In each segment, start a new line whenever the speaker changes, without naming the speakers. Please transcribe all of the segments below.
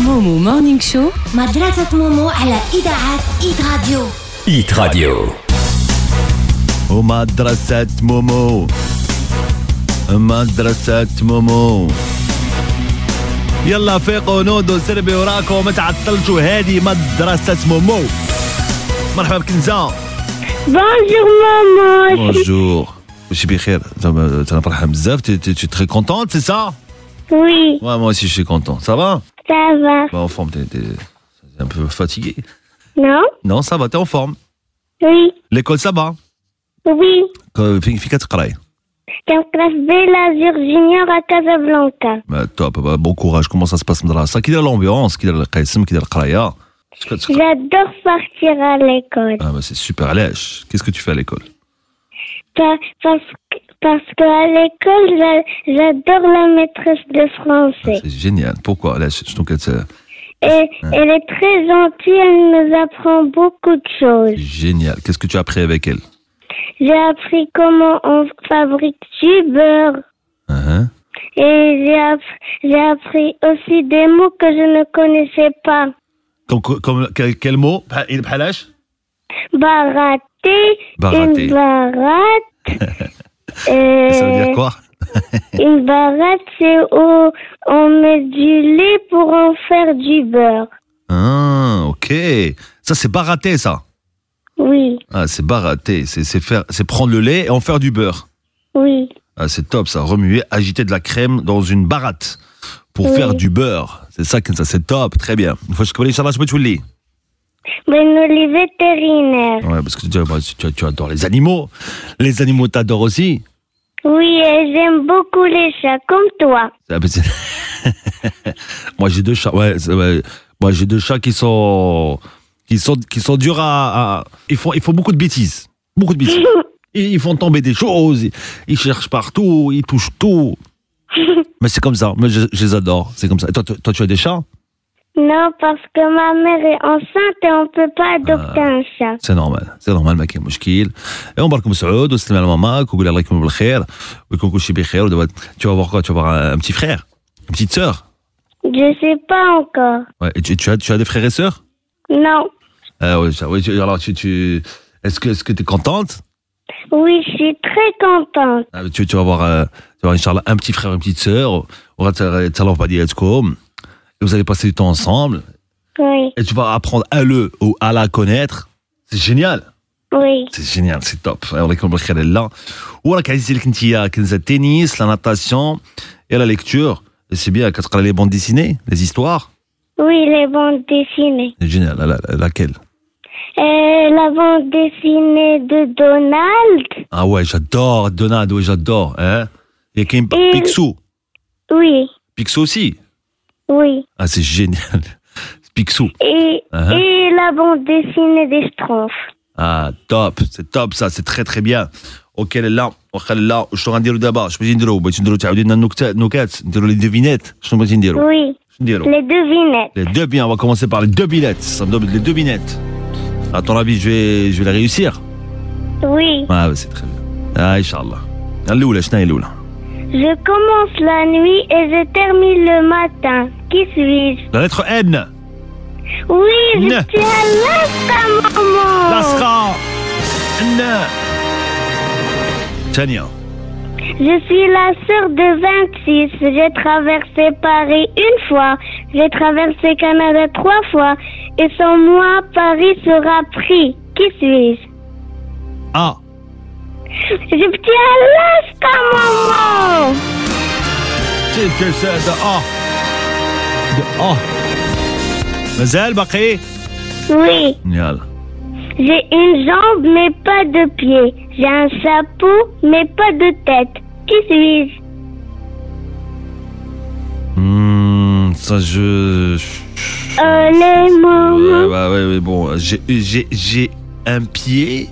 Momo Morning Show
مدرسة مومو على إذاعة إيد راديو
Hit Radio.
ومدرسة مومو مدرسة مومو يلا فيقوا نودو سربي وراكو متعة الثلج وهذه مدرسة مومو مرحبا بكنزة
Bonjour maman.
بونجور ماشي بخير زعما ترى فرحان بزاف تي تري كونتونت سي سا
Oui,
Ouais, moi aussi je suis content. Ça va
ça va.
Bah, en forme, t'es t'es- t'es un peu fatigué.
Non?
Non, ça va, t'es en forme.
Oui,
L'école, ça va
oui.
Que- في- في كتقراي
T'es en classe B, l'Azur Junior à Casablanca.
Bah, Top, bah, bon courage, comment ça se passe مدرسة كي داير l'ambiance كي داير القسم كي داير القراية إيش كتقرا؟
J'adore partir à l'école.
Ah bah c'est super علاش Qu'est-ce que tu fais à l'école
Pa- Parce que, parce que à l'école, j'a- j'adore la maîtresse de français.
Bah, C'est génial. Pourquoi علاش شنو كت
Et elle est très gentille, elle nous apprend beaucoup de choses.
Génial. Qu'est-ce que tu as appris avec elle
J'ai appris comment on fabrique du beurre.
Hein
Et j'ai app- j'ai appris aussi des mots que je ne connaissais pas.
Comme, comme quel, quel mot Bah, بحال- بحال علاش
Baraté,
Baraté.
une barate. euh,
Ça veut dire quoi
une barate, c'est où on met du lait pour en faire du beurre.
Ah, ok. Ça c'est baraté ça.
Oui,
Ah, c'est baraté, c'est c'est faire c'est prendre le lait et en faire du beurre.
oui,
Ah, c'est top ça, remuer, agiter de la crème dans une baratte pour
Oui.
faire du beurre. C'est ça, que- ça c'est top, très bien. Une fois que je connais ça, va, je peux te le dire.
mais nous les vétérinaires.
Ouais, parce que tu, bah, tu- tu adores les animaux. Les animaux t'adorent aussi. Oh.
Oui, et j'aime beaucoup les chats, comme toi.
Ah, bah, c'est- moi j'ai deux chats. Ouais, c'est- ouais. moi j'ai deux chats qui sont qui sont qui sont durs à, à- ils font ils font beaucoup de bêtises, beaucoup de bêtises. Ils ils font tomber des choses, ils- ils cherchent partout, ils touchent tout. Mais c'est comme ça, mais je, je les adore, c'est comme ça. Et toi, toi, toi, tu as des chats
Non, parce que ma mère est enceinte et on peut pas adopter
Ah.
un chat.
سي نورمال سي نورمال ما كاين مشكل ايوا مبارك مسعود وسلم على ماماك وقول الله يكون بالخير ويكون كلشي بخير ودابا tu vas voir quoi tu vas voir un petit frère une petite sœur
Je sais pas encore.
ouais et tu, tu as tu as des frères et sœurs
Non.
ah ouais ça ouais tu- alors tu tu est-ce que est-ce que tu es contente
Oui, je suis très contente.
Ah, tu, tu vas voir euh, tu vas voir Inch'Allah, un petit frère une petite sœur on va te te leur pas dire et vous allez passer du temps ensemble
Oui,
et tu vas apprendre à le ou à la connaître c'est génial
oui,
سي جينيال سي توب الله يكون بالخير لا وراك عزيزتي لك انت يا كنزه التنس لا ناتاسيون يا لا ليكتور سي بيان كتقرا لي بون ديسيني لي زيستوار
oui, les bandes dessinées.
جينيال لا لا لاكيل
Euh, la bande dessinée de Donald
اه واي جادور دوناد واي جادور اه يا كاين
إيه.
بيكسو
Oui,
بيكسو سي
oui.
اه سي جينيال بيكسو
Et,
Uh-huh.
et la bande
Ah,
dessinée des Schtroumpfs.
اه توب سي توب سا سي تري تري بيان اوكي لا واخا لا شنو غنديروا دابا شنو بغيتي نديروا بغيتي نديروا تعاودوا لنا النكتة- النكات نديروا لي ديفينات شنو بغيتي نديروا
Oui,
شنو نديروا
les devinettes.
Les deux, bien, on va commencer par les deux binettes. Ça me donne les deux binettes. À ton avis, je vais, je vais les réussir
Oui,
Ah, bah, c'est très bien. Ah, Inch'Allah. Alloula, Shna Alloula.
je commence la nuit et je termine le matin. Qui suis-je
La lettre N.
Oui, je
Ne.
suis un Alaska, maman.
Lasra. N. Tania.
Je suis la sœur de 26. J'ai traversé Paris une fois. J'ai traversé Canada trois fois. Et sans moi, Paris sera pris. Qui suis-je
A.
Je petit Alaska, maman
C'est que c'est de A. De A. Mazel, Bakri.
Oui,
Yalla.
j'ai une jambe mais pas de pied. J'ai un chapeau mais pas de tête. Qui suis-je
Hmm, ça, je.
Oh les
Ouais,
mamans.
bah, ouais, mais bon, j'ai, j'ai, j'ai un pied.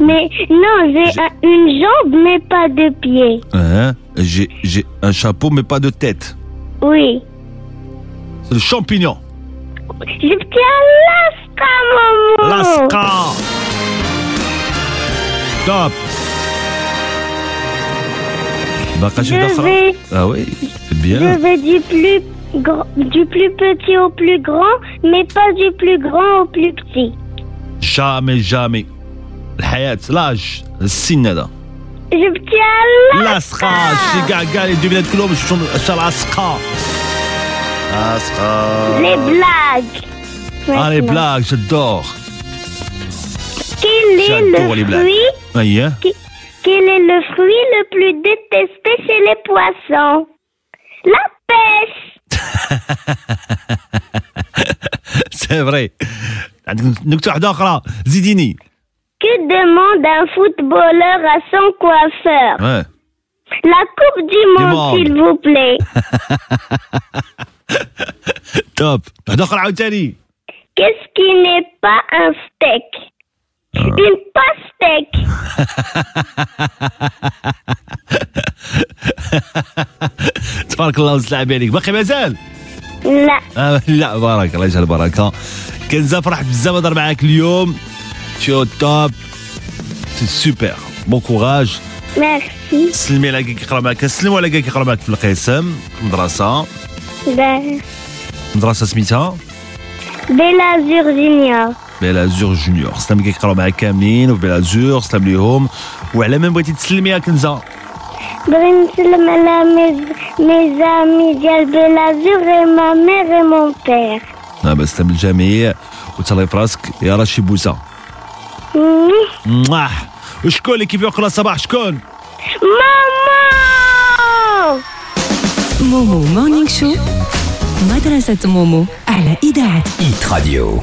Mais non, j'ai
Je-
un- une jambe mais pas de pied.
Hein J'ai j'ai un chapeau mais pas de tête.
Oui.
C'est le champignon.
J'ai petit Alaska, maman
Lasca. Top. Baka, je vais
Je
faire ça.
vais,
Ah oui, c'est bien.
je vais du plus gr- du plus petit au plus grand, mais pas du plus grand au plus petit.
Jamais, jamais. الحياة l'âge السن هذا
Je tiens là.
لاسقا شي كاع كاع لي دوبيلات كلهم شفتهم شتا لاسقا لاسقا
Les blagues.
اه لي
Maintenant.
بلاك جدور
Quel est
J'adore les
le
blagues.
fruit
اييه
qui- Quel est le fruit le plus détesté chez les poissons La pêche.
سي فري عندك نكته واحده اخرى زيديني
Que demande un footballeur à son coiffeur
اه
La coupe du monde,
monde.
s'il vous plaît.
توب واحده اخرى عاوتاني
Qu'est-ce qui n'est pas un steak
Euh.
Une pastèque.
تبارك الله وتلعب عليك باقي مازال
La
آه، لا بارك الله يجعل البركه كنزه فرحت بزاف نهضر معاك اليوم تشو توب سي سوبر بون كوراج
merci.
سلمي على كي كيقرا معاك سلموا على كي كيقرا معاك في القسم المدرسه
De
المدرسه سميتها
Bellazur Junior.
بلازور جونيور سلام كي كيقراو معاك كاملين وفي بلازور سلام ليهم وعلى من بغيتي تسلمي يا كنزه
Brim Salamala, mes, mes amis d'Al Bellazur et ma mère et mon père.
دابا سلام للجميع وتهلاي في راسك يا راشي بوسه
Mouah.
مواه. وشكون اللي كيفيق كل صباح شكون
Maman
مومو مورنينغ شو مدرسة مومو على إذاعة
Hit Radio.